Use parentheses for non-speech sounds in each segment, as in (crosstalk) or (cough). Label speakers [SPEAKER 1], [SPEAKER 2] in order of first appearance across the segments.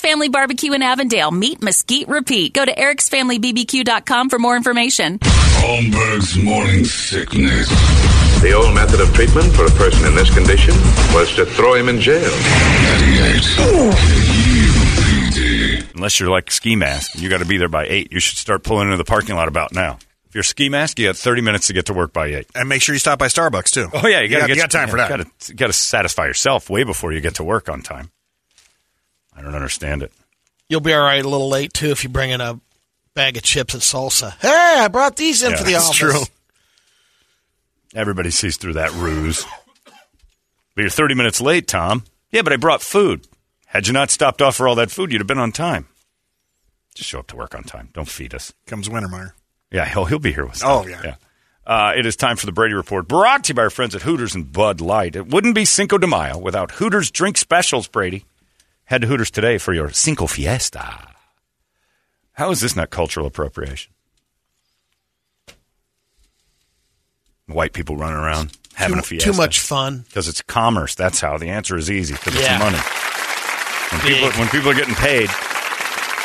[SPEAKER 1] Family Barbecue in Avondale. Meet, mesquite, repeat. Go to ericsfamilybbq.com for more information.
[SPEAKER 2] Holmberg's morning sickness.
[SPEAKER 3] The old method of treatment for a person in this condition was to throw him in jail.
[SPEAKER 2] 98. KUPD.
[SPEAKER 4] Unless you're like ski mask, you got to be there by 8. You should start pulling into the parking lot about now. If you're ski mask, you got 30 minutes to get to work by 8.
[SPEAKER 5] And make sure you stop by Starbucks too.
[SPEAKER 4] Oh yeah, you got
[SPEAKER 5] you got time for that.
[SPEAKER 4] You gotta, you gotta satisfy yourself way before you get to work on time. I don't understand it.
[SPEAKER 6] You'll be all right a little late too if you bring in a bag of chips and salsa. Hey, I brought these in
[SPEAKER 4] Yeah,
[SPEAKER 6] for the
[SPEAKER 4] that's
[SPEAKER 6] office.
[SPEAKER 4] true. Everybody sees through that ruse. But you're 30 minutes late, Tom. Yeah, but I brought food. Had you not stopped off for all that food, you'd have been on time. Just show up to work on time. Don't feed us.
[SPEAKER 5] Comes Wintermeyer.
[SPEAKER 4] Yeah, he'll he'll be here with us.
[SPEAKER 5] Oh, yeah.
[SPEAKER 4] Uh, it is time for the Brady Report, brought to you by our friends at Hooters and Bud Light. It wouldn't be Cinco de Mayo without Hooters drink specials, Brady. Head to Hooters today for your Cinco Fiesta. How is this not cultural appropriation? White people running around having
[SPEAKER 6] Too,
[SPEAKER 4] a fiesta.
[SPEAKER 6] too much fun.
[SPEAKER 4] Because it's commerce. That's how. The answer is easy because
[SPEAKER 6] Yeah.
[SPEAKER 4] it's money. When people, when people are getting paid,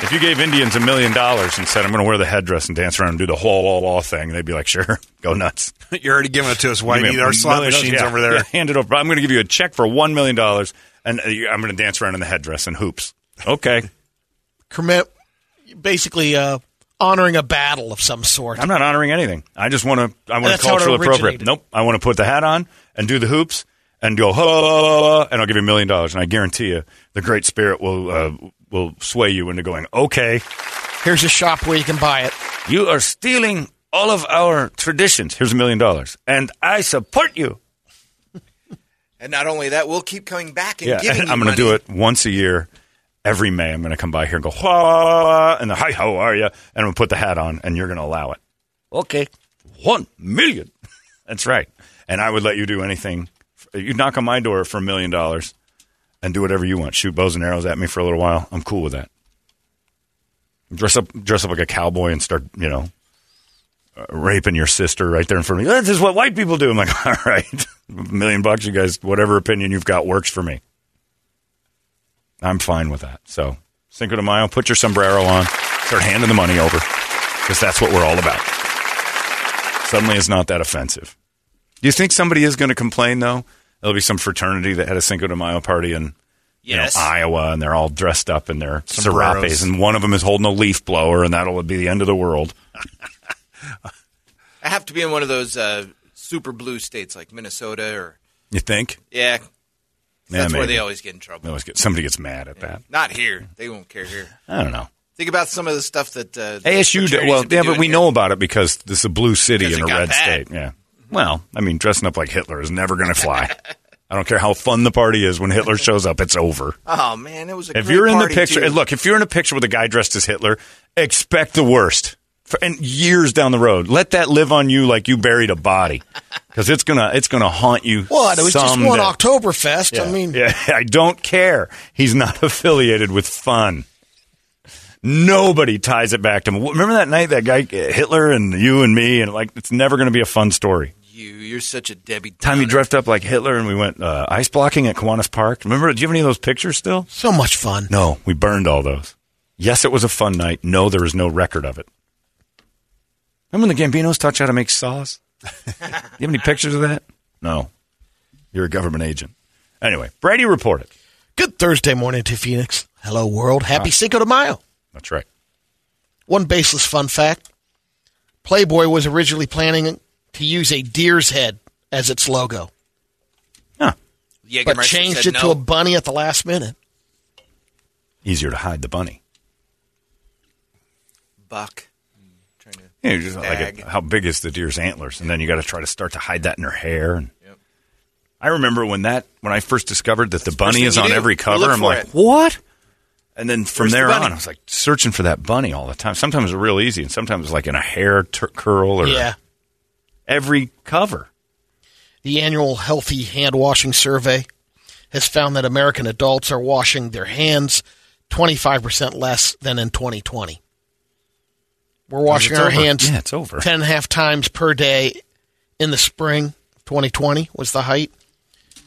[SPEAKER 4] if you gave Indians a million dollars and said, I'm going to wear the headdress and dance around and do the whole, whole, whole thing, they'd be like, sure, (laughs) go nuts.
[SPEAKER 5] (laughs) You're already giving it to us. Why
[SPEAKER 4] Give me
[SPEAKER 5] need
[SPEAKER 4] a
[SPEAKER 5] our slot
[SPEAKER 4] million dollars.
[SPEAKER 5] machines
[SPEAKER 4] Yeah,
[SPEAKER 5] over
[SPEAKER 4] (laughs)
[SPEAKER 5] there?
[SPEAKER 4] yeah, hand it over. I'm going to give you a check for $1 million dollars, and uh, you- I'm going to dance around in the headdress and hoops. Okay. (laughs)
[SPEAKER 6] Kermit, basically uh, honoring a battle of some sort.
[SPEAKER 4] I'm not honoring anything. I just want to. I want to
[SPEAKER 6] That's how it
[SPEAKER 4] cultural appropriate.
[SPEAKER 6] originated.
[SPEAKER 4] Nope. I want to put the hat on and do the hoops and go "Huh, huh, huh, huh," and I'll give you a million dollars. And I guarantee you, the Great Spirit will uh, will sway you into going. Okay,
[SPEAKER 6] Here's a shop where you can buy it.
[SPEAKER 4] you are stealing all of our traditions. Here's a million dollars, and I support you.
[SPEAKER 7] (laughs) And not only that, we'll keep coming back and
[SPEAKER 4] Yeah, (laughs)
[SPEAKER 7] giving
[SPEAKER 4] I'm going to do it once a year. Every May, I'm going to come by here and go, "Huh, huh, huh," and the hi, how are you? And I'm going to put the hat on, and you're going to allow it. Okay. One million. (laughs) That's right. And I would let you do anything. You'd knock on my door for a million dollars and do whatever you want. Shoot bows and arrows at me for a little while. I'm cool with that. Dress up, dress up like a cowboy and start, you know, uh, raping your sister right there in front of me. This is what white people do. I'm like, (laughs) all right, a million bucks, you guys, whatever opinion you've got works for me. I'm fine with that. So, Cinco de Mayo, put your sombrero on, start handing the money over because that's what we're all about. Suddenly, it's not that offensive. Do you think somebody is going to complain though? There'll be some fraternity that had a Cinco de Mayo party in you know,
[SPEAKER 7] Yes.
[SPEAKER 4] Iowa, and they're all dressed up in their
[SPEAKER 5] Sombreros.
[SPEAKER 4] serapes, and one of them is holding a leaf blower, and that'll be the end of the world.
[SPEAKER 7] I have to be in one of those uh, super blue states like Minnesota or
[SPEAKER 4] You think?
[SPEAKER 7] yeah. 'cause
[SPEAKER 4] Yeah,
[SPEAKER 7] that's where
[SPEAKER 4] maybe.
[SPEAKER 7] they always get in
[SPEAKER 4] They
[SPEAKER 7] trouble.
[SPEAKER 4] always get somebody gets mad at that.
[SPEAKER 7] Not here. They won't care here.
[SPEAKER 4] I don't know.
[SPEAKER 7] Think about some of the stuff that uh,
[SPEAKER 4] ASU.
[SPEAKER 7] the
[SPEAKER 4] d-
[SPEAKER 7] charities
[SPEAKER 4] Well,
[SPEAKER 7] have been
[SPEAKER 4] yeah, but
[SPEAKER 7] doing
[SPEAKER 4] we
[SPEAKER 7] here.
[SPEAKER 4] know about it because this is a blue city
[SPEAKER 7] Because
[SPEAKER 4] in a
[SPEAKER 7] it got
[SPEAKER 4] red
[SPEAKER 7] bad.
[SPEAKER 4] state. Yeah. Well, I mean, dressing up like Hitler is never going to fly. I don't care how fun the party is. When Hitler shows up, it's over.
[SPEAKER 7] Oh man, it was a.
[SPEAKER 4] if
[SPEAKER 7] great
[SPEAKER 4] you're in the
[SPEAKER 7] party,
[SPEAKER 4] picture,
[SPEAKER 7] too.
[SPEAKER 4] and look, if you're in a picture with a guy dressed as Hitler, expect the worst. For, and years down the road, let that live on you like you buried a body, because it's gonna it's gonna haunt you.
[SPEAKER 6] What? It was
[SPEAKER 4] someday.
[SPEAKER 6] just one Oktoberfest.
[SPEAKER 4] Yeah.
[SPEAKER 6] I mean,
[SPEAKER 4] yeah, (laughs) I don't care. He's not (laughs) affiliated with fun. Nobody ties it back to him. Remember that night, that guy uh, Hitler and you and me, and like it's never going to be a fun story.
[SPEAKER 7] you, you're such a Debbie.
[SPEAKER 4] Time you
[SPEAKER 7] Downer.
[SPEAKER 4] dressed up like Hitler and we went uh, ice blocking at Kiwanis Park. Remember? Do you have any of those pictures still?
[SPEAKER 6] so much fun.
[SPEAKER 4] No, we burned all those. Yes, it was a fun night. No, there is no record of it. Remember when the Gambinos taught you how to make sauce? (laughs) you have any pictures of that? No. You're a government agent. Anyway, Brady reported.
[SPEAKER 6] Good Thursday morning to Phoenix. Hello, world. Happy Cinco de Mayo.
[SPEAKER 4] That's right.
[SPEAKER 6] One baseless fun fact Playboy was originally planning to use a deer's head as its logo,
[SPEAKER 4] Huh.
[SPEAKER 7] Jägermeister
[SPEAKER 6] but changed
[SPEAKER 7] said
[SPEAKER 6] it
[SPEAKER 7] no.
[SPEAKER 6] to a bunny at the last minute.
[SPEAKER 4] Easier to hide the bunny.
[SPEAKER 7] buck.
[SPEAKER 4] Yeah, you just like
[SPEAKER 7] Stag.
[SPEAKER 4] how big is the deer's antlers, and then you got to try to start to hide that in her hair. And I remember when that when I first discovered that the bunny
[SPEAKER 7] thing
[SPEAKER 4] is
[SPEAKER 7] you
[SPEAKER 4] on
[SPEAKER 7] do.
[SPEAKER 4] every
[SPEAKER 7] You
[SPEAKER 4] cover.
[SPEAKER 7] look
[SPEAKER 4] I'm
[SPEAKER 7] for
[SPEAKER 4] like,
[SPEAKER 7] it.
[SPEAKER 4] what? And then from
[SPEAKER 7] Where's the
[SPEAKER 4] there
[SPEAKER 7] bunny?
[SPEAKER 4] on, I was like searching for that bunny all the time. Sometimes it was real easy, and sometimes like in a hair tur curl or
[SPEAKER 6] Yeah.
[SPEAKER 4] every cover.
[SPEAKER 6] The annual healthy hand washing survey has found that American adults are washing their hands 25% less than in 2020. We're washing
[SPEAKER 4] it's
[SPEAKER 6] our
[SPEAKER 4] over.
[SPEAKER 6] hands
[SPEAKER 4] Yeah, it's over.
[SPEAKER 6] 10 and a half times per day in the spring. of 2020 was the height.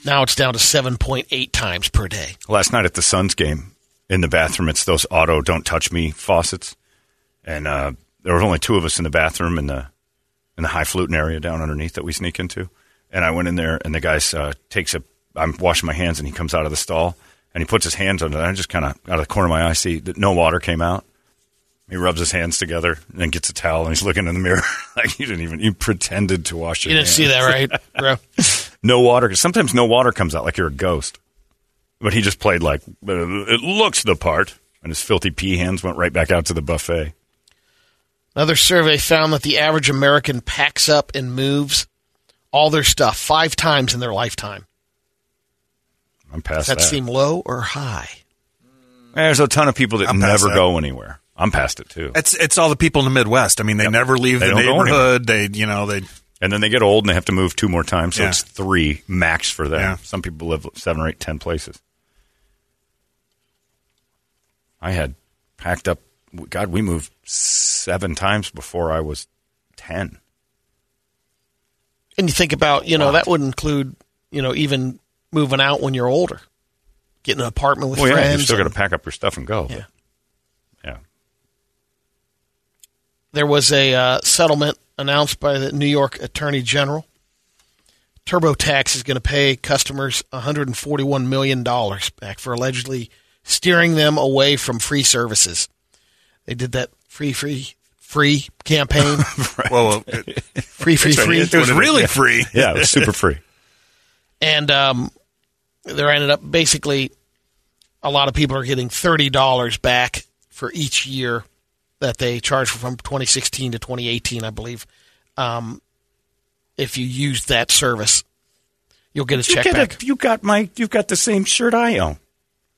[SPEAKER 6] Now it's down to 7.8 times per day.
[SPEAKER 4] Last night at the Suns game in the bathroom, it's those auto don't touch me faucets. And uh, there was only two of us in the bathroom in the in the high fluting area down underneath that we sneak into. And I went in there and the guy uh, takes a I'm washing my hands and he comes out of the stall and he puts his hands under it. I just kind of out of the corner of my eye see that no water came out. He rubs his hands together and then gets a towel and he's looking in the mirror (laughs) like you didn't even you pretended to wash your
[SPEAKER 6] You didn't
[SPEAKER 4] hands
[SPEAKER 6] see that,
[SPEAKER 4] (laughs)
[SPEAKER 6] right, bro?
[SPEAKER 4] no water. 'cause sometimes no water comes out like you're a ghost. But he just played like it looks the part, and his filthy pea hands went right back out to the buffet.
[SPEAKER 6] Another survey found that the average American packs up and moves all their stuff five times in their lifetime.
[SPEAKER 4] I'm past
[SPEAKER 6] Does that
[SPEAKER 4] that.
[SPEAKER 6] seem low or high?
[SPEAKER 4] There's a ton of people that
[SPEAKER 5] I'm past
[SPEAKER 4] never
[SPEAKER 5] that.
[SPEAKER 4] go anywhere. I'm past it too.
[SPEAKER 5] It's it's all the people in the Midwest. I mean, they never leave
[SPEAKER 4] They
[SPEAKER 5] the
[SPEAKER 4] don't go
[SPEAKER 5] neighborhood. They you know they
[SPEAKER 4] And then they get old and they have to move two more times, so
[SPEAKER 5] Yeah.
[SPEAKER 4] it's three max for them.
[SPEAKER 5] Yeah.
[SPEAKER 4] Some people live seven or eight, ten places. I had packed up. God, we moved seven times before I was ten.
[SPEAKER 6] And you think about, you know, that would include, you know, even moving out when you're older, getting an apartment with
[SPEAKER 4] Well,
[SPEAKER 6] friends.
[SPEAKER 4] yeah, you're still
[SPEAKER 6] and-
[SPEAKER 4] going to pack up your stuff and go.
[SPEAKER 6] Yeah.
[SPEAKER 4] Yeah.
[SPEAKER 6] there was a uh, settlement announced by the New York Attorney General. TurboTax is going to pay customers $141 million back for allegedly steering them away from free services. They did that free, free, free
[SPEAKER 4] (laughs)
[SPEAKER 6] campaign.
[SPEAKER 5] well it,
[SPEAKER 6] free, free, free.
[SPEAKER 5] it was really free.
[SPEAKER 4] Yeah, (laughs) it was super free.
[SPEAKER 6] and um, there ended up basically a lot of people are getting thirty dollars back for each year that they charged from 2016 to 2018, I believe. Um, if you used that service, you'll get a check
[SPEAKER 4] you
[SPEAKER 6] back.
[SPEAKER 4] you got my you got the same shirt I own.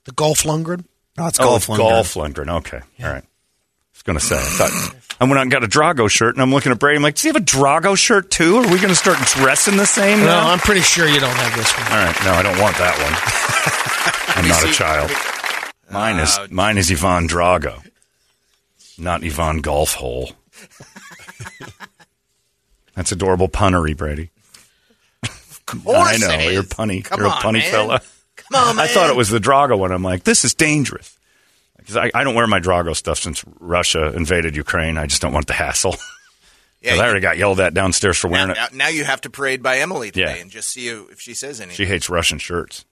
[SPEAKER 6] the Golf Lundgren.
[SPEAKER 5] No,
[SPEAKER 8] Oh,
[SPEAKER 5] Oh, it's golf. Lundgren.
[SPEAKER 4] Oh, golf Lundgren. Okay, all right. I was gonna say. I, thought, I went out and got a Drago shirt, and I'm looking at Brady. I'm like, "Does he have a Drago shirt too? Are we gonna start dressing the same?"
[SPEAKER 6] No,
[SPEAKER 4] now?
[SPEAKER 6] I'm pretty sure you don't have this one.
[SPEAKER 4] all right. No, I don't want that one. I'm not a child. Mine is mine is Yvonne Drago, not Yvonne Golf Hole. That's adorable punnery, Brady. I know
[SPEAKER 7] it
[SPEAKER 4] you're
[SPEAKER 7] is.
[SPEAKER 4] punny.
[SPEAKER 7] Come
[SPEAKER 4] you're a
[SPEAKER 7] on,
[SPEAKER 4] punny
[SPEAKER 7] man.
[SPEAKER 4] fella.
[SPEAKER 7] Come on,
[SPEAKER 4] I thought it was the Drago one. I'm like, this is dangerous. Because I, I don't wear my Drago stuff since Russia invaded Ukraine. I just don't want the hassle. (laughs) 'Cause
[SPEAKER 7] Yeah,
[SPEAKER 4] I already got yelled at downstairs for
[SPEAKER 7] now,
[SPEAKER 4] wearing
[SPEAKER 7] now,
[SPEAKER 4] it.
[SPEAKER 7] now you have to parade by Emily today
[SPEAKER 4] Yeah.
[SPEAKER 7] and just see who- if she says anything.
[SPEAKER 4] She hates Russian shirts.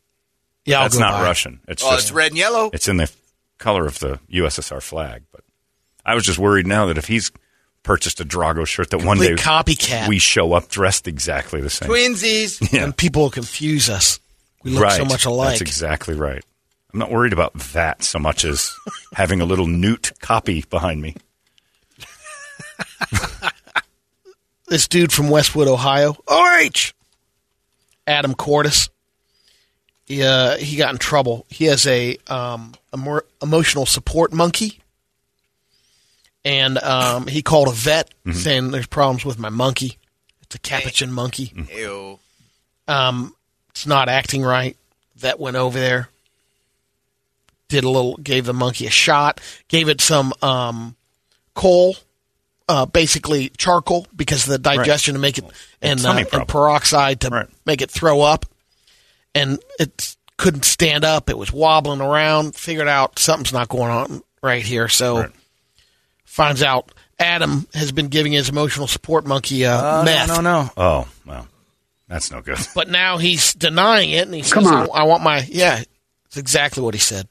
[SPEAKER 6] Yeah, I'll
[SPEAKER 4] That's
[SPEAKER 6] go
[SPEAKER 4] not
[SPEAKER 6] buy it.
[SPEAKER 4] Russian. It's
[SPEAKER 7] oh,
[SPEAKER 4] just
[SPEAKER 7] it's red and yellow.
[SPEAKER 4] it's in the color of the USSR flag. But I was just worried now that if he's purchased a Drago shirt, that one day
[SPEAKER 6] Complete copycat.
[SPEAKER 4] we show up dressed exactly the same. (laughs)
[SPEAKER 7] Twinsies.
[SPEAKER 4] Yeah.
[SPEAKER 6] And people will confuse us. We look so much alike.
[SPEAKER 4] That's exactly right. I'm not worried about that so much as having a little newt copy behind me.
[SPEAKER 6] this dude from Westwood, Ohio, OH, Adam Cortis, he, uh, he got in trouble. He has a um, emo- emotional support monkey, and um, he called a vet saying there's problems with my monkey. It's a capuchin monkey.
[SPEAKER 7] Ew.
[SPEAKER 6] Um, it's not acting right. Vet went over there, did a little, gave the monkey a shot, gave it some um, coal, uh, basically charcoal because of the digestion to make it and, uh,
[SPEAKER 4] tummy problem.
[SPEAKER 6] and peroxide to
[SPEAKER 4] Right.
[SPEAKER 6] make it throw up, and it couldn't stand up. It was wobbling around. Figured out something's not going on right here. So finds out. Adam has been giving his emotional support monkey uh, meth
[SPEAKER 4] no. Oh, well, that's no good. (laughs)
[SPEAKER 6] but now he's denying it, and he says, I, I want my yeah." It's exactly what he said.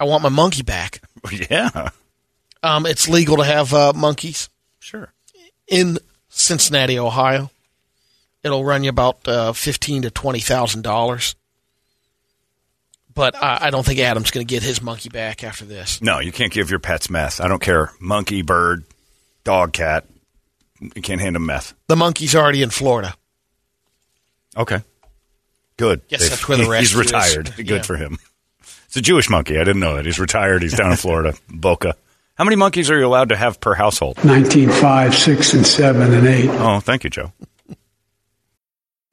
[SPEAKER 6] I want my monkey back.
[SPEAKER 4] yeah,
[SPEAKER 6] Um, it's legal to have uh, monkeys
[SPEAKER 4] sure.
[SPEAKER 6] in Cincinnati, Ohio. It'll run you about uh, fifteen to twenty thousand dollars. But I, I don't think Adam's going to get his monkey back after this.
[SPEAKER 4] No, you can't give your pets meth. I don't care. Monkey, bird, dog, cat. You can't hand them meth.
[SPEAKER 6] The monkey's already in Florida.
[SPEAKER 4] Okay. Good.
[SPEAKER 6] Guess
[SPEAKER 4] They've-
[SPEAKER 6] that's where the
[SPEAKER 4] he- (laughs) He's
[SPEAKER 6] rescue is.
[SPEAKER 4] retired.
[SPEAKER 6] (laughs) Yeah.
[SPEAKER 4] Good for him. It's a Jewish monkey. I didn't know that. He's retired. He's down in (laughs) Florida, Boca. How many monkeys are you allowed to have per household?
[SPEAKER 9] 19, 5, 6, and 7, and 8.
[SPEAKER 4] Oh, thank you, Joe.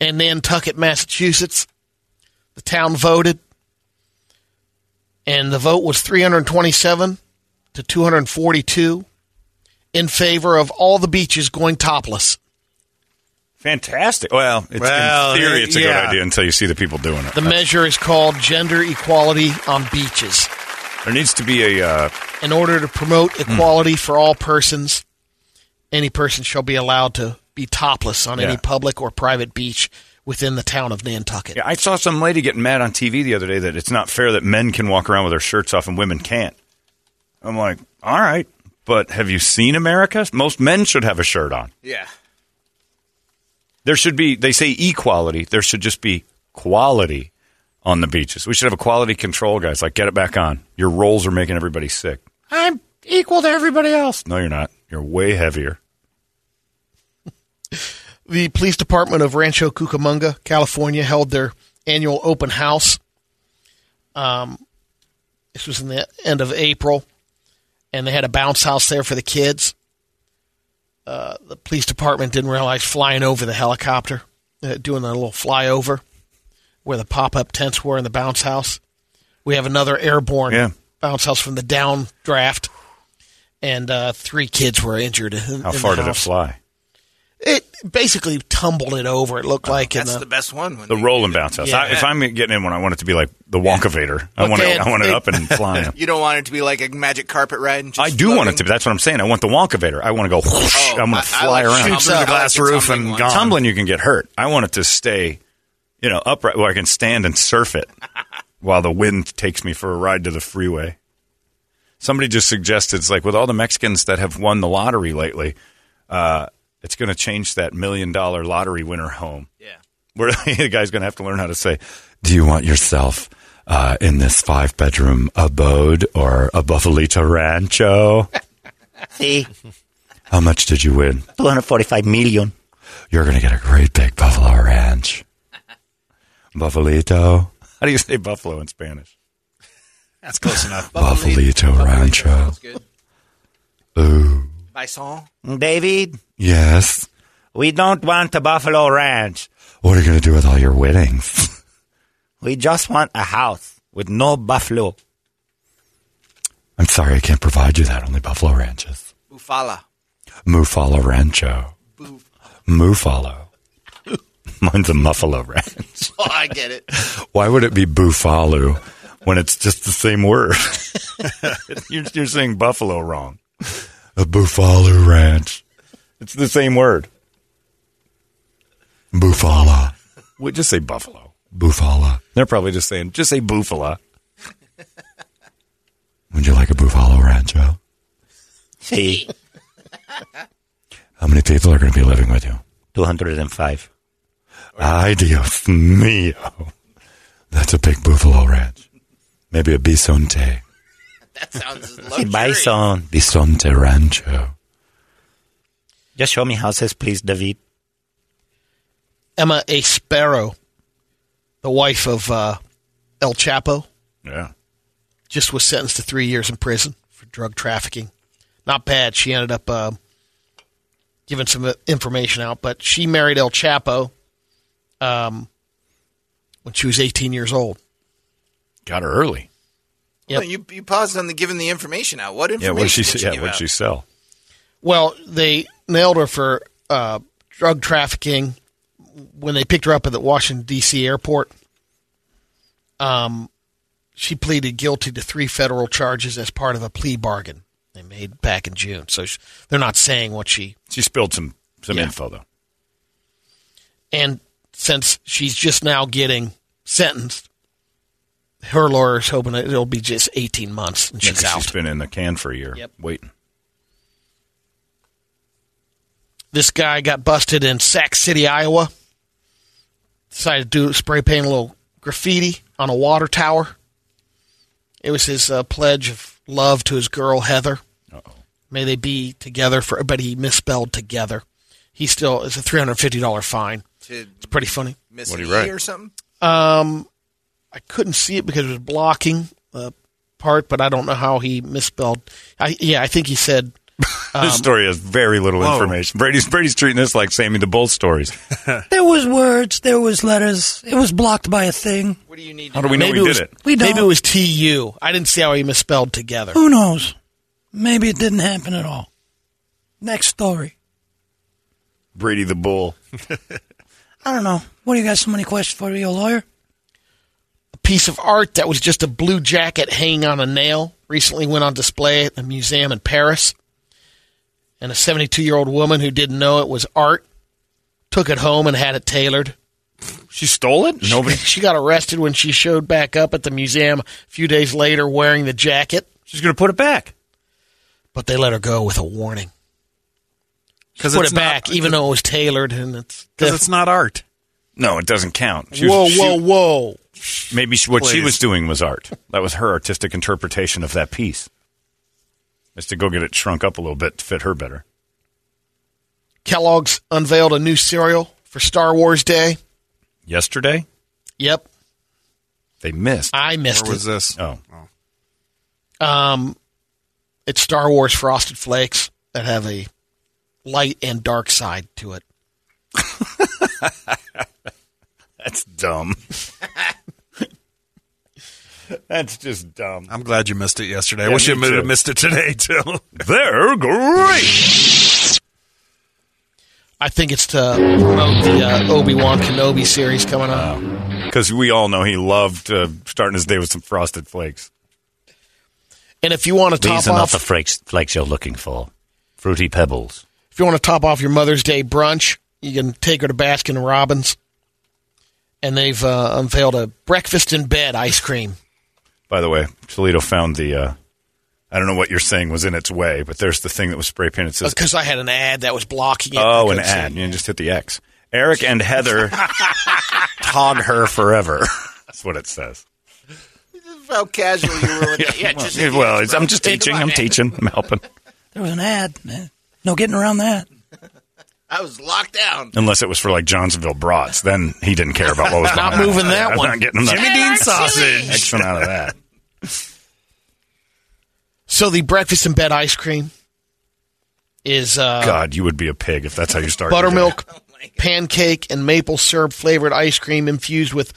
[SPEAKER 6] in Nantucket, Massachusetts. The town voted, and the vote was 327 to 242 in favor of all the beaches going topless.
[SPEAKER 4] Fantastic. Well, it's,
[SPEAKER 5] Well,
[SPEAKER 4] in theory, it's a
[SPEAKER 5] yeah.
[SPEAKER 4] good idea until you see the people doing it.
[SPEAKER 6] The measure is called Gender Equality on Beaches.
[SPEAKER 4] there needs to be a. Uh,
[SPEAKER 6] In order to promote
[SPEAKER 4] Hmm.
[SPEAKER 6] equality for all persons, any person shall be allowed to be topless on
[SPEAKER 4] Yeah.
[SPEAKER 6] any public or private beach within the town of Nantucket.
[SPEAKER 4] yeah, I saw some lady getting mad on TV the other day that it's not fair that men can walk around with their shirts off and women can't. I'm like, all right, but have you seen America? Most men should have a shirt on.
[SPEAKER 7] Yeah.
[SPEAKER 4] There should be, they say equality. There should just be quality on the beaches. We should have a quality control, guys. Like, get it back on. Your rolls are making everybody sick. I'm equal to everybody else. No, you're not. You're way heavier.
[SPEAKER 6] The police department of Rancho Cucamonga, California, held their annual open house. Um, this was in the end of April, and they had a bounce house there for the kids. Uh, the police department didn't realize flying over the helicopter, uh, doing a little flyover where the pop up tents were in the bounce house. We have another airborne
[SPEAKER 4] Yeah.
[SPEAKER 6] bounce house from the downdraft, and uh, three kids were injured. In,
[SPEAKER 4] How
[SPEAKER 6] in
[SPEAKER 4] far
[SPEAKER 6] the
[SPEAKER 4] did it
[SPEAKER 6] house.
[SPEAKER 4] fly?
[SPEAKER 6] It basically tumbled it over. It looked like uh, in
[SPEAKER 7] That's the best one. When
[SPEAKER 4] The
[SPEAKER 7] they-
[SPEAKER 4] roll and bounce house. I,
[SPEAKER 6] Yeah.
[SPEAKER 4] if I'm getting in one, I want it to be like the Wonkavator. I
[SPEAKER 6] But
[SPEAKER 4] want
[SPEAKER 6] they
[SPEAKER 4] it.
[SPEAKER 6] had-
[SPEAKER 4] I want it
[SPEAKER 6] they-
[SPEAKER 4] up and
[SPEAKER 6] (laughs)
[SPEAKER 4] flying.
[SPEAKER 7] You don't want it to be like a magic carpet ride. And just
[SPEAKER 4] I do want it to.
[SPEAKER 7] floating? Oh,
[SPEAKER 4] be. That's what I'm saying. I want the Wonkavator. I want to go. whoosh. I'm
[SPEAKER 7] I- I
[SPEAKER 4] going to fly
[SPEAKER 7] like
[SPEAKER 4] around.
[SPEAKER 7] shoots Shoot through up. the I glass like the roof tumbling and one. gone.
[SPEAKER 4] Tumbling, you can get hurt. I want it to stay, you know, upright where I can stand and surf
[SPEAKER 7] (laughs)
[SPEAKER 4] it while the wind takes me for a ride to the freeway. Somebody just suggested it's like with all the Mexicans that have won the lottery lately, uh, it's going to change that million dollar lottery winner home.
[SPEAKER 7] Yeah.
[SPEAKER 4] (laughs) where the guy's going to have to learn how to say, "Do you want yourself uh, in this five bedroom abode or a Buffalito Rancho?
[SPEAKER 5] See,
[SPEAKER 4] How much did you win?
[SPEAKER 5] 245 million.
[SPEAKER 4] You're going to get a great big Buffalo (laughs) Ranch, Buffalito. How do you say buffalo in Spanish?
[SPEAKER 5] That's close
[SPEAKER 4] (laughs)
[SPEAKER 5] enough.
[SPEAKER 4] Buffalito, Rancho.
[SPEAKER 7] Sounds good.
[SPEAKER 4] Ooh,
[SPEAKER 7] Bison.
[SPEAKER 5] David,
[SPEAKER 4] yes.
[SPEAKER 5] we don't want a Buffalo Ranch.
[SPEAKER 4] What are you going to do with all your winnings?
[SPEAKER 5] We just want a house with no buffalo.
[SPEAKER 4] I'm sorry, I can't provide you that. Only Buffalo Ranches.
[SPEAKER 7] Bufala.
[SPEAKER 4] Mufalo Rancho.
[SPEAKER 7] Buf.
[SPEAKER 5] (laughs)
[SPEAKER 4] Mufalo. Mine's a Muffalo Ranch.
[SPEAKER 7] Oh, I get it.
[SPEAKER 4] Why would it be buffalo when it's just the same word? (laughs) you're, you're saying buffalo wrong. A buffalo ranch. It's the same word. Buffalo. We just say buffalo. Bufala. They're probably just saying, just say Bufala. Would you like a Bufalo Rancho?
[SPEAKER 5] See,
[SPEAKER 4] How many people are going to be living with you?
[SPEAKER 5] 205.
[SPEAKER 4] Ay, Dios mío. That's a big Buffalo Ranch. Maybe a Bisonte.
[SPEAKER 7] That
[SPEAKER 4] (laughs)
[SPEAKER 7] sounds
[SPEAKER 5] See,
[SPEAKER 7] luxury.
[SPEAKER 5] bison.
[SPEAKER 4] Bisonte Rancho.
[SPEAKER 5] Just show me houses, please, David.
[SPEAKER 6] Emma A. Sparrow, the wife of uh, El Chapo,
[SPEAKER 4] Yeah.
[SPEAKER 6] just was sentenced to three years in prison for drug trafficking. Not bad. She ended up uh, giving some uh, information out, but she married El Chapo um, when she was 18 years old.
[SPEAKER 4] Got her early.
[SPEAKER 6] Yep.
[SPEAKER 7] Well, you you paused on the giving the information out. What
[SPEAKER 4] Yeah,
[SPEAKER 7] information?
[SPEAKER 4] what did she
[SPEAKER 7] did
[SPEAKER 4] s-
[SPEAKER 7] you
[SPEAKER 4] yeah,
[SPEAKER 7] give
[SPEAKER 4] what'd
[SPEAKER 7] out?
[SPEAKER 4] she sell?
[SPEAKER 6] Well, they nailed her for uh, drug trafficking when they picked her up at the Washington D.C. airport. Um, she pleaded guilty to three federal charges as part of a plea bargain they made back in June. So sh they're not saying what she
[SPEAKER 4] She spilled some, some
[SPEAKER 6] Yeah.
[SPEAKER 4] info, though.
[SPEAKER 6] and since she's just now getting sentenced, her lawyer's hoping that it'll be just eighteen months and
[SPEAKER 4] Yeah,
[SPEAKER 6] she's
[SPEAKER 4] 'cause
[SPEAKER 6] out.
[SPEAKER 4] She's been in the can for a year.
[SPEAKER 6] Yep.
[SPEAKER 4] Waiting.
[SPEAKER 6] this guy got busted in Sac City, Iowa. Decided to do spray paint a little graffiti on a water tower. It was his uh, pledge of love to his girl Heather.
[SPEAKER 4] Uh-oh.
[SPEAKER 6] May they be together for. But he misspelled together. He still is a three hundred fifty dollar fine.
[SPEAKER 7] To
[SPEAKER 6] It's pretty funny.
[SPEAKER 7] miss
[SPEAKER 4] What
[SPEAKER 7] an
[SPEAKER 4] do
[SPEAKER 7] E
[SPEAKER 4] you write?
[SPEAKER 7] or something?
[SPEAKER 6] Um, I couldn't see it because it was blocking the part, but I don't know how he misspelled. I yeah, I think he said
[SPEAKER 4] this story has very little
[SPEAKER 10] Whoa.
[SPEAKER 4] information. Brady's, Brady's treating this like Sammy the Bull stories.
[SPEAKER 10] There was words, there was letters. It was blocked by a thing.
[SPEAKER 7] What do you need?
[SPEAKER 4] How do we know
[SPEAKER 6] maybe
[SPEAKER 4] he
[SPEAKER 6] was,
[SPEAKER 4] did it?
[SPEAKER 10] We don't.
[SPEAKER 6] Maybe it was T U. I didn't see how he misspelled together.
[SPEAKER 10] Who knows? Maybe it didn't happen at all. Next story.
[SPEAKER 4] Brady the Bull.
[SPEAKER 10] I don't know. What do you got? So many questions for your lawyer?
[SPEAKER 6] A piece of art that was just a blue jacket hanging on a nail recently went on display at a museum in Paris. And a 72 year old woman who didn't know it was art took it home and had it tailored.
[SPEAKER 4] She stole it? Nobody.
[SPEAKER 6] (laughs) She got arrested when she showed back up at the museum a few days later wearing the jacket,
[SPEAKER 5] She's going to put it back.
[SPEAKER 6] but they let her go with a warning.
[SPEAKER 10] Because
[SPEAKER 6] Put it back, even though it was tailored and it's.
[SPEAKER 10] not art.
[SPEAKER 4] No, it doesn't count. She was-
[SPEAKER 6] whoa,
[SPEAKER 4] she-
[SPEAKER 6] whoa, whoa.
[SPEAKER 4] Maybe she, what she
[SPEAKER 10] Please.
[SPEAKER 4] was doing was art. That was her artistic interpretation of that piece. Is to go get it shrunk up a little bit to fit her better.
[SPEAKER 6] Kellogg's unveiled a new cereal for Star Wars Day.
[SPEAKER 4] Yesterday
[SPEAKER 6] Yep,
[SPEAKER 4] they missed.
[SPEAKER 6] I missed
[SPEAKER 10] Where was
[SPEAKER 6] it.
[SPEAKER 10] this?
[SPEAKER 4] oh,
[SPEAKER 6] Um, it's Star Wars Frosted Flakes that have a light and dark side to it.
[SPEAKER 4] that's (laughs) dumb. that's just dumb.
[SPEAKER 10] I'm glad you missed it yesterday.
[SPEAKER 4] Yeah, wish me you would have too.
[SPEAKER 10] missed it today, too.
[SPEAKER 5] (laughs)
[SPEAKER 4] They're great.
[SPEAKER 6] I think it's to promote the uh, Obi Wan Kenobi series coming up.
[SPEAKER 4] Because we all know he loved uh, starting his day with some frosted flakes.
[SPEAKER 6] And if you want to top
[SPEAKER 5] These are not
[SPEAKER 6] off,
[SPEAKER 5] the flakes, flakes you're looking for. Fruity pebbles.
[SPEAKER 6] if you want to top off your Mother's Day brunch, you can take her to Baskin Robbins, and they've uh, unveiled a breakfast in bed ice cream.
[SPEAKER 4] By the way, Toledo found the. Uh, I don't know what you're saying was in its way, but there's the thing that (laughs) was spray painted. It says
[SPEAKER 6] Because I had an ad that was blocking it.
[SPEAKER 4] Oh,
[SPEAKER 6] I
[SPEAKER 4] an
[SPEAKER 6] couldn't see
[SPEAKER 4] ad.
[SPEAKER 6] it.
[SPEAKER 4] You just hit the X. Eric and Heather
[SPEAKER 5] (laughs)
[SPEAKER 4] tog her forever. That's what it says.
[SPEAKER 7] How casual you
[SPEAKER 4] (laughs)
[SPEAKER 7] were with that. Yeah,
[SPEAKER 4] well,
[SPEAKER 7] just
[SPEAKER 4] yeah, well, it's- I'm just
[SPEAKER 7] Hey,
[SPEAKER 4] teaching.
[SPEAKER 7] come on,
[SPEAKER 4] I'm
[SPEAKER 7] man.
[SPEAKER 4] teaching. I'm helping.
[SPEAKER 10] There was an ad, man. No getting around that.
[SPEAKER 7] I was locked down.
[SPEAKER 4] Unless it was for like Johnsonville brats, then he didn't care about what was
[SPEAKER 6] (laughs) Not
[SPEAKER 4] behind
[SPEAKER 6] moving that
[SPEAKER 4] I'm
[SPEAKER 6] one.
[SPEAKER 4] Not getting that.
[SPEAKER 7] Jimmy Dean sausage.
[SPEAKER 4] X amount of that.
[SPEAKER 6] So the breakfast in bed ice cream is uh,
[SPEAKER 4] God, you would be a pig if that's how you started. your day. (laughs)
[SPEAKER 6] buttermilk pancake and maple syrup flavored ice cream infused with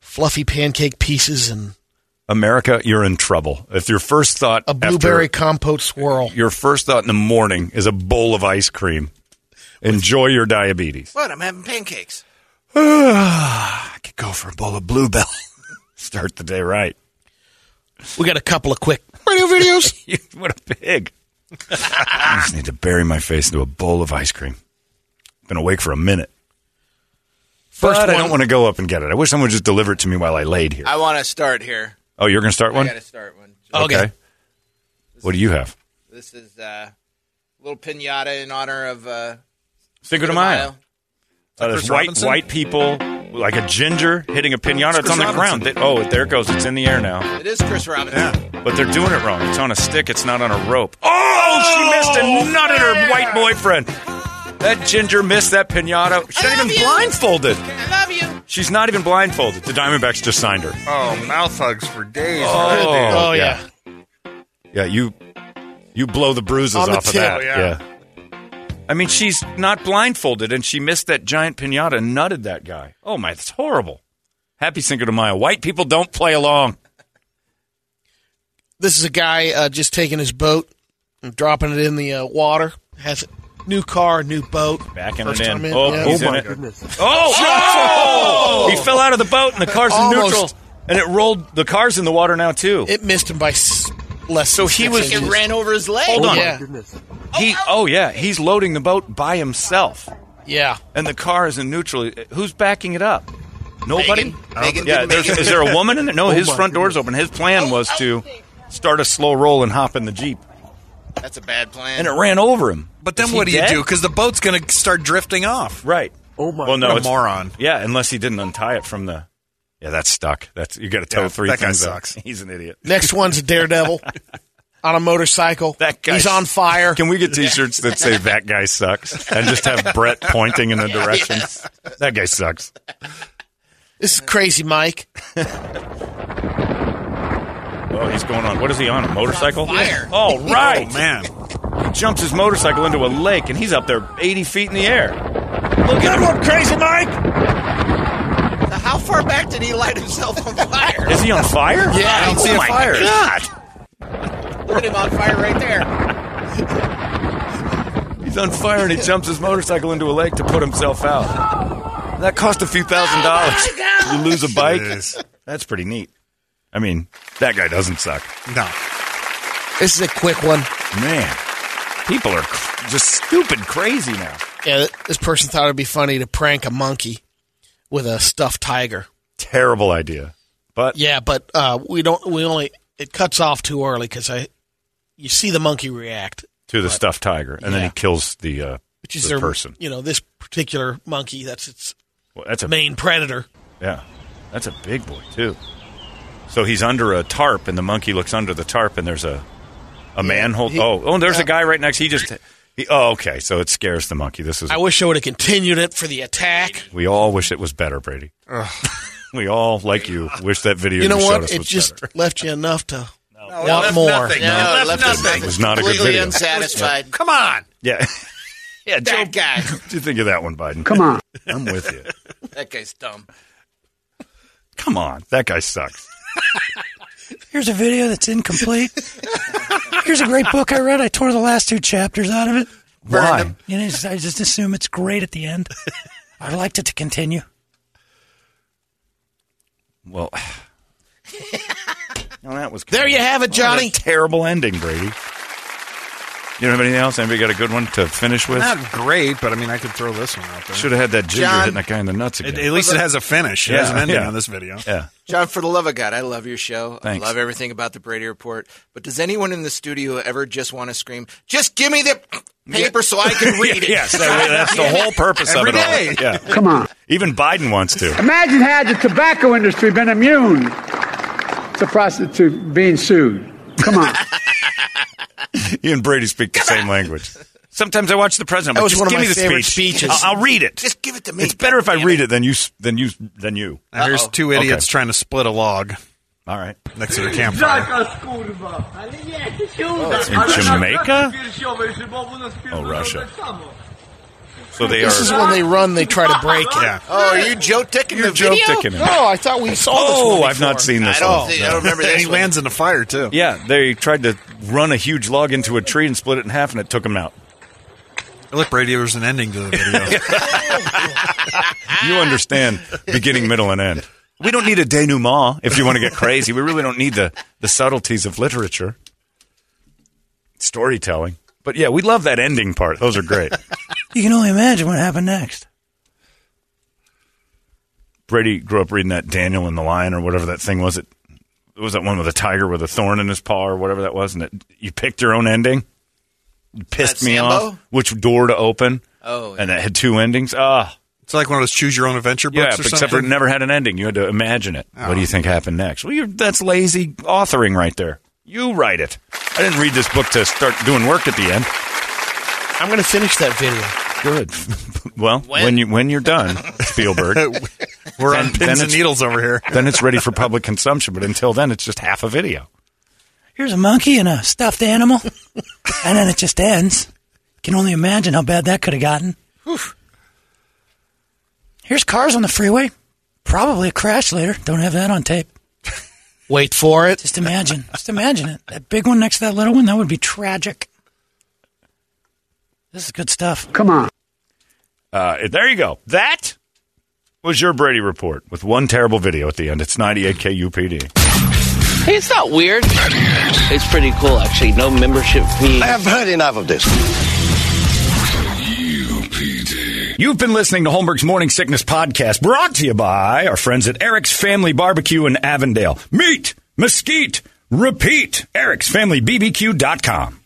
[SPEAKER 6] fluffy pancake pieces and
[SPEAKER 4] America, you're in trouble. If your first thought
[SPEAKER 6] a blueberry compote swirl.
[SPEAKER 4] after, your first thought in the morning is a bowl of ice cream, enjoy your diabetes. (sighs)
[SPEAKER 7] What? I'm having pancakes.
[SPEAKER 4] I could go for a bowl of bluebell. (laughs) Start the day right.
[SPEAKER 6] We got a couple of quick
[SPEAKER 4] (laughs)
[SPEAKER 6] radio videos.
[SPEAKER 4] what a pig. (laughs) I just need to bury my face into a bowl of ice cream. Been awake for a minute. First, I don't want to go up and get it. I wish someone would just deliver it to me while I laid here.
[SPEAKER 7] I want to start here.
[SPEAKER 4] Oh, you're going to start
[SPEAKER 7] I
[SPEAKER 4] one?
[SPEAKER 7] gotta start one.
[SPEAKER 4] Okay. What do you have?
[SPEAKER 7] This is uh, a little pinata in honor of uh,
[SPEAKER 4] Cinco de Mayo. Uh, there's
[SPEAKER 7] Chris
[SPEAKER 4] white
[SPEAKER 7] Robinson?
[SPEAKER 4] white people like a ginger hitting a pinata. It's,
[SPEAKER 7] Chris
[SPEAKER 4] on the
[SPEAKER 7] Robinson.
[SPEAKER 4] ground. They- oh, there it goes. It's in the air now.
[SPEAKER 7] It is Chris Robinson.
[SPEAKER 4] But they're doing it wrong. It's on a stick. It's not on a rope. Oh, she missed and nut at her white boyfriend. That ginger missed that pinata. She's not even blindfolded.
[SPEAKER 7] I love you.
[SPEAKER 4] She's not even blindfolded. The Diamondbacks just signed her.
[SPEAKER 8] Oh, mouth hugs for days.
[SPEAKER 4] Oh, yeah. Yeah, you you blow the bruises
[SPEAKER 8] On the
[SPEAKER 4] off
[SPEAKER 8] tip,
[SPEAKER 4] of that.
[SPEAKER 8] yeah.
[SPEAKER 4] yeah. I mean, she's not blindfolded, and she missed that giant pinata and nutted that guy. Oh my, that's horrible. Happy Cinco de Mayo. White people don't play along.
[SPEAKER 6] This is a guy uh, just taking his boat and dropping it in the uh, water. Has a new car, new boat.
[SPEAKER 4] Backing
[SPEAKER 6] First
[SPEAKER 4] it
[SPEAKER 6] time
[SPEAKER 4] in. Oh,
[SPEAKER 6] yeah.
[SPEAKER 4] he's in it. Oh,
[SPEAKER 6] Oh!
[SPEAKER 4] oh! he fell out of the boat, and the car's in
[SPEAKER 6] Almost.
[SPEAKER 4] neutral, and it rolled. The car's in the water now too.
[SPEAKER 6] It missed him by s- less.
[SPEAKER 4] So
[SPEAKER 6] than
[SPEAKER 4] he
[SPEAKER 6] six
[SPEAKER 4] was- Oh,
[SPEAKER 6] inches.
[SPEAKER 7] It ran over his leg.
[SPEAKER 4] Hold on.
[SPEAKER 6] Yeah.
[SPEAKER 4] He. Oh yeah, he's loading the boat by himself.
[SPEAKER 6] Yeah.
[SPEAKER 4] and the car is in neutral. Who's backing it up? Nobody.
[SPEAKER 7] Megan. Megan
[SPEAKER 4] yeah,
[SPEAKER 7] did
[SPEAKER 4] there's,
[SPEAKER 7] Megan.
[SPEAKER 4] is there a woman in there? No,
[SPEAKER 7] Oh
[SPEAKER 4] his
[SPEAKER 7] my
[SPEAKER 4] front door's open. His plan
[SPEAKER 8] Oh,
[SPEAKER 4] was to start a slow roll and hop in the jeep,
[SPEAKER 7] That's a bad plan.
[SPEAKER 4] and it ran over him.
[SPEAKER 8] But then
[SPEAKER 4] Is he
[SPEAKER 8] what do you
[SPEAKER 4] dead?
[SPEAKER 8] do? Because the boat's going to start drifting off.
[SPEAKER 4] Right.
[SPEAKER 8] Oh my!
[SPEAKER 4] Well, no,
[SPEAKER 8] what a
[SPEAKER 4] it's-
[SPEAKER 8] moron.
[SPEAKER 4] Yeah, unless he didn't untie it from the. Yeah, that's stuck. That's you got to tow
[SPEAKER 8] Yeah,
[SPEAKER 4] three
[SPEAKER 8] that guy
[SPEAKER 4] things. up.
[SPEAKER 8] sucks.
[SPEAKER 4] (laughs) He's an idiot.
[SPEAKER 6] Next one's
[SPEAKER 4] (laughs)
[SPEAKER 6] a daredevil on a motorcycle. That
[SPEAKER 4] guy-
[SPEAKER 6] He's on fire.
[SPEAKER 4] Can we get T-shirts that say "That guy sucks" and just have Brett pointing in the direction? That guy sucks.
[SPEAKER 6] This is crazy, Mike.
[SPEAKER 4] Oh, he's going on. What is he on? A motorcycle?
[SPEAKER 6] fire.
[SPEAKER 7] (laughs)
[SPEAKER 4] All right.
[SPEAKER 8] Oh, man.
[SPEAKER 4] He jumps his motorcycle into a lake and he's up there 80 feet in the air. Look at one, Crazy Mike!
[SPEAKER 7] Now, How far back did he light himself on
[SPEAKER 4] (laughs)
[SPEAKER 7] fire?
[SPEAKER 4] Is he on fire?
[SPEAKER 7] Yeah, I don't
[SPEAKER 4] oh
[SPEAKER 7] see a
[SPEAKER 4] my
[SPEAKER 7] fire.
[SPEAKER 4] God.
[SPEAKER 7] Look at him on fire right there.
[SPEAKER 4] He's on fire and he jumps his motorcycle into a lake to put himself out. That cost a few
[SPEAKER 7] Oh,
[SPEAKER 4] thousand dollars. You lose a bike? That's pretty neat. I mean, that guy doesn't suck.
[SPEAKER 8] No.
[SPEAKER 6] This is a quick one.
[SPEAKER 4] Man, people are cr- just stupid crazy now.
[SPEAKER 6] Yeah, th- this person thought it'd be funny to prank a monkey with a stuffed tiger.
[SPEAKER 4] Terrible idea. But
[SPEAKER 6] Yeah, but uh, we don't. We only it cuts off too early because I, you see the monkey react,
[SPEAKER 4] to the stuffed tiger, and then
[SPEAKER 6] Yeah.
[SPEAKER 4] he kills the uh,
[SPEAKER 6] which is
[SPEAKER 4] the
[SPEAKER 6] their
[SPEAKER 4] person.
[SPEAKER 6] You know, this particular monkey. That's its
[SPEAKER 4] Well, that's a
[SPEAKER 6] main predator.
[SPEAKER 4] Yeah. That's a big boy, too. So he's under a tarp, and the monkey looks under the tarp, and there's a, a manhole.
[SPEAKER 6] he-
[SPEAKER 4] oh, oh, there's
[SPEAKER 6] yeah.
[SPEAKER 4] a guy right next. He just. He, oh, okay. So it scares the monkey. This is.
[SPEAKER 6] I wish I would have continued it for the attack.
[SPEAKER 4] we all wish it was better, Brady. (laughs) we all, like you, wish that video
[SPEAKER 6] You know
[SPEAKER 4] showed
[SPEAKER 6] what?
[SPEAKER 4] us
[SPEAKER 6] It
[SPEAKER 4] was
[SPEAKER 6] just
[SPEAKER 4] better.
[SPEAKER 6] left you enough to
[SPEAKER 8] it
[SPEAKER 6] want
[SPEAKER 8] left
[SPEAKER 6] more.
[SPEAKER 8] nothing.
[SPEAKER 6] Yeah.
[SPEAKER 8] No, it left
[SPEAKER 4] nothing. It was not a good
[SPEAKER 7] Completely
[SPEAKER 4] video.
[SPEAKER 7] unsatisfied.
[SPEAKER 8] Come on.
[SPEAKER 4] Yeah. (laughs) yeah, Joe.
[SPEAKER 7] That guy.
[SPEAKER 4] (laughs) What do you think of that one, Biden? Come on. (laughs) I'm with you.
[SPEAKER 7] That guy's dumb.
[SPEAKER 4] Come on. That guy sucks.
[SPEAKER 10] (laughs) Here's a video that's
[SPEAKER 4] (laughs)
[SPEAKER 10] incomplete. Here's a great book I read. I tore the last two chapters out of it.
[SPEAKER 4] Why?
[SPEAKER 10] You know, I just assume it's great at the end. I'd like it to continue.
[SPEAKER 6] (laughs)
[SPEAKER 4] Well. well, that was
[SPEAKER 6] There you have it, Johnny.
[SPEAKER 4] What a terrible ending, Brady. You don't have anything else? Anybody got a good one to finish with?
[SPEAKER 8] Not great, but I mean, I could throw this one out there.
[SPEAKER 4] Should have had that ginger
[SPEAKER 7] John.
[SPEAKER 4] hitting that guy in the nuts again.
[SPEAKER 8] At, at least it has a finish. It has an
[SPEAKER 4] Yeah,
[SPEAKER 8] ending
[SPEAKER 4] yeah.
[SPEAKER 8] on this video.
[SPEAKER 4] yeah.
[SPEAKER 7] John, for the love of God, I love your show.
[SPEAKER 4] Thanks.
[SPEAKER 7] I love everything about the Brady Report. But does anyone in the studio ever just want to scream, just give me the paper so I
[SPEAKER 4] (laughs)
[SPEAKER 7] can read it?
[SPEAKER 4] yes, that- that's the whole purpose
[SPEAKER 8] Every
[SPEAKER 4] of it
[SPEAKER 8] day.
[SPEAKER 4] all. Yeah.
[SPEAKER 11] Come on.
[SPEAKER 4] Even Biden wants to.
[SPEAKER 11] Imagine had the tobacco industry been immune to prostitute being sued. Come on.
[SPEAKER 4] You and Brady speak the same language. Sometimes I watch the president.
[SPEAKER 6] That
[SPEAKER 4] I'm
[SPEAKER 6] was
[SPEAKER 4] like, just give
[SPEAKER 6] one of my
[SPEAKER 4] me the
[SPEAKER 6] favorite
[SPEAKER 4] speech.
[SPEAKER 6] speeches.
[SPEAKER 4] I'll, I'll read it.
[SPEAKER 7] Just give it to me.
[SPEAKER 4] it's better if I
[SPEAKER 7] goddammit.
[SPEAKER 4] read it than you s- than you s- than you.
[SPEAKER 8] Now, here's two
[SPEAKER 4] Uh-oh.
[SPEAKER 8] idiots
[SPEAKER 4] Okay.
[SPEAKER 8] trying to split a log
[SPEAKER 4] All right.
[SPEAKER 8] next to the campfire.
[SPEAKER 4] it's in Jamaica? Oh, Russia. So they
[SPEAKER 6] This is
[SPEAKER 4] are.
[SPEAKER 6] when they run. They try to break it.
[SPEAKER 8] Yeah.
[SPEAKER 7] Oh, are you Joe Dickin
[SPEAKER 4] You're
[SPEAKER 7] the
[SPEAKER 4] Joe
[SPEAKER 7] video?
[SPEAKER 4] Dickin.
[SPEAKER 6] No, I thought we saw this.
[SPEAKER 4] Oh,
[SPEAKER 6] one
[SPEAKER 4] I've not
[SPEAKER 6] before.
[SPEAKER 4] seen this
[SPEAKER 7] I don't,
[SPEAKER 4] one.
[SPEAKER 7] think,
[SPEAKER 4] No.
[SPEAKER 7] I don't remember
[SPEAKER 8] And
[SPEAKER 7] this
[SPEAKER 8] he
[SPEAKER 7] one.
[SPEAKER 8] lands in the fire, too.
[SPEAKER 4] Yeah, they tried to run a huge log into a tree and split it in half, and it took them out.
[SPEAKER 8] Look, Brady, there's an ending to the video.
[SPEAKER 7] Ah.
[SPEAKER 4] You understand beginning, middle, and end. We don't need a denouement if you want to get crazy. We really don't need the, the subtleties of literature, storytelling. But yeah, we love that ending part. Those are great.
[SPEAKER 10] You can only imagine what happened next.
[SPEAKER 4] Brady grew up reading that Daniel and the Lion or whatever that thing was. It was that one with a tiger with a thorn in his paw or whatever that was, and it, you picked your own ending. It pissed
[SPEAKER 7] That
[SPEAKER 4] me
[SPEAKER 7] Sambo?
[SPEAKER 4] off. Which door to open?
[SPEAKER 7] Oh,
[SPEAKER 4] and that had two endings. Ah,
[SPEAKER 8] it's like one of those choose your own adventure books
[SPEAKER 4] yeah,
[SPEAKER 8] or
[SPEAKER 4] but except for it
[SPEAKER 8] something. Oh.
[SPEAKER 4] never had an ending. You had to imagine it. What do you think happened next? Well, you're, that's lazy authoring right there. You write it. I didn't read this book to start doing work at the end.
[SPEAKER 6] I'm going to finish that video.
[SPEAKER 4] Good. (laughs) well, when? you when you're done,
[SPEAKER 8] (laughs)
[SPEAKER 4] Spielberg,
[SPEAKER 8] We're on
[SPEAKER 4] then-
[SPEAKER 8] pins
[SPEAKER 4] then
[SPEAKER 8] and
[SPEAKER 4] it's-
[SPEAKER 8] needles over here.
[SPEAKER 4] then it's ready for public consumption. But until then, it's just half a video.
[SPEAKER 10] Here's a monkey and a stuffed animal, and then it just ends. Can only imagine how bad that could have gotten. Here's cars on the freeway. Probably a crash later. Don't have that on tape.
[SPEAKER 6] Wait for it.
[SPEAKER 10] Just imagine. Just imagine it. That big one next to that little one, that would be tragic. This is good stuff.
[SPEAKER 11] Come on.
[SPEAKER 4] Uh, there you go. That was your Brady report with one terrible video at the end. It's 98 KUPD.
[SPEAKER 12] Hey, it's not weird. It's pretty cool, actually. No membership fee. I have heard enough of this.
[SPEAKER 4] You've been listening to Holmberg's Morning Sickness Podcast, brought to you by our friends at Eric's Family Barbecue in Avondale. Meet, mesquite, repeat. Eric'sFamilyBBQ.com.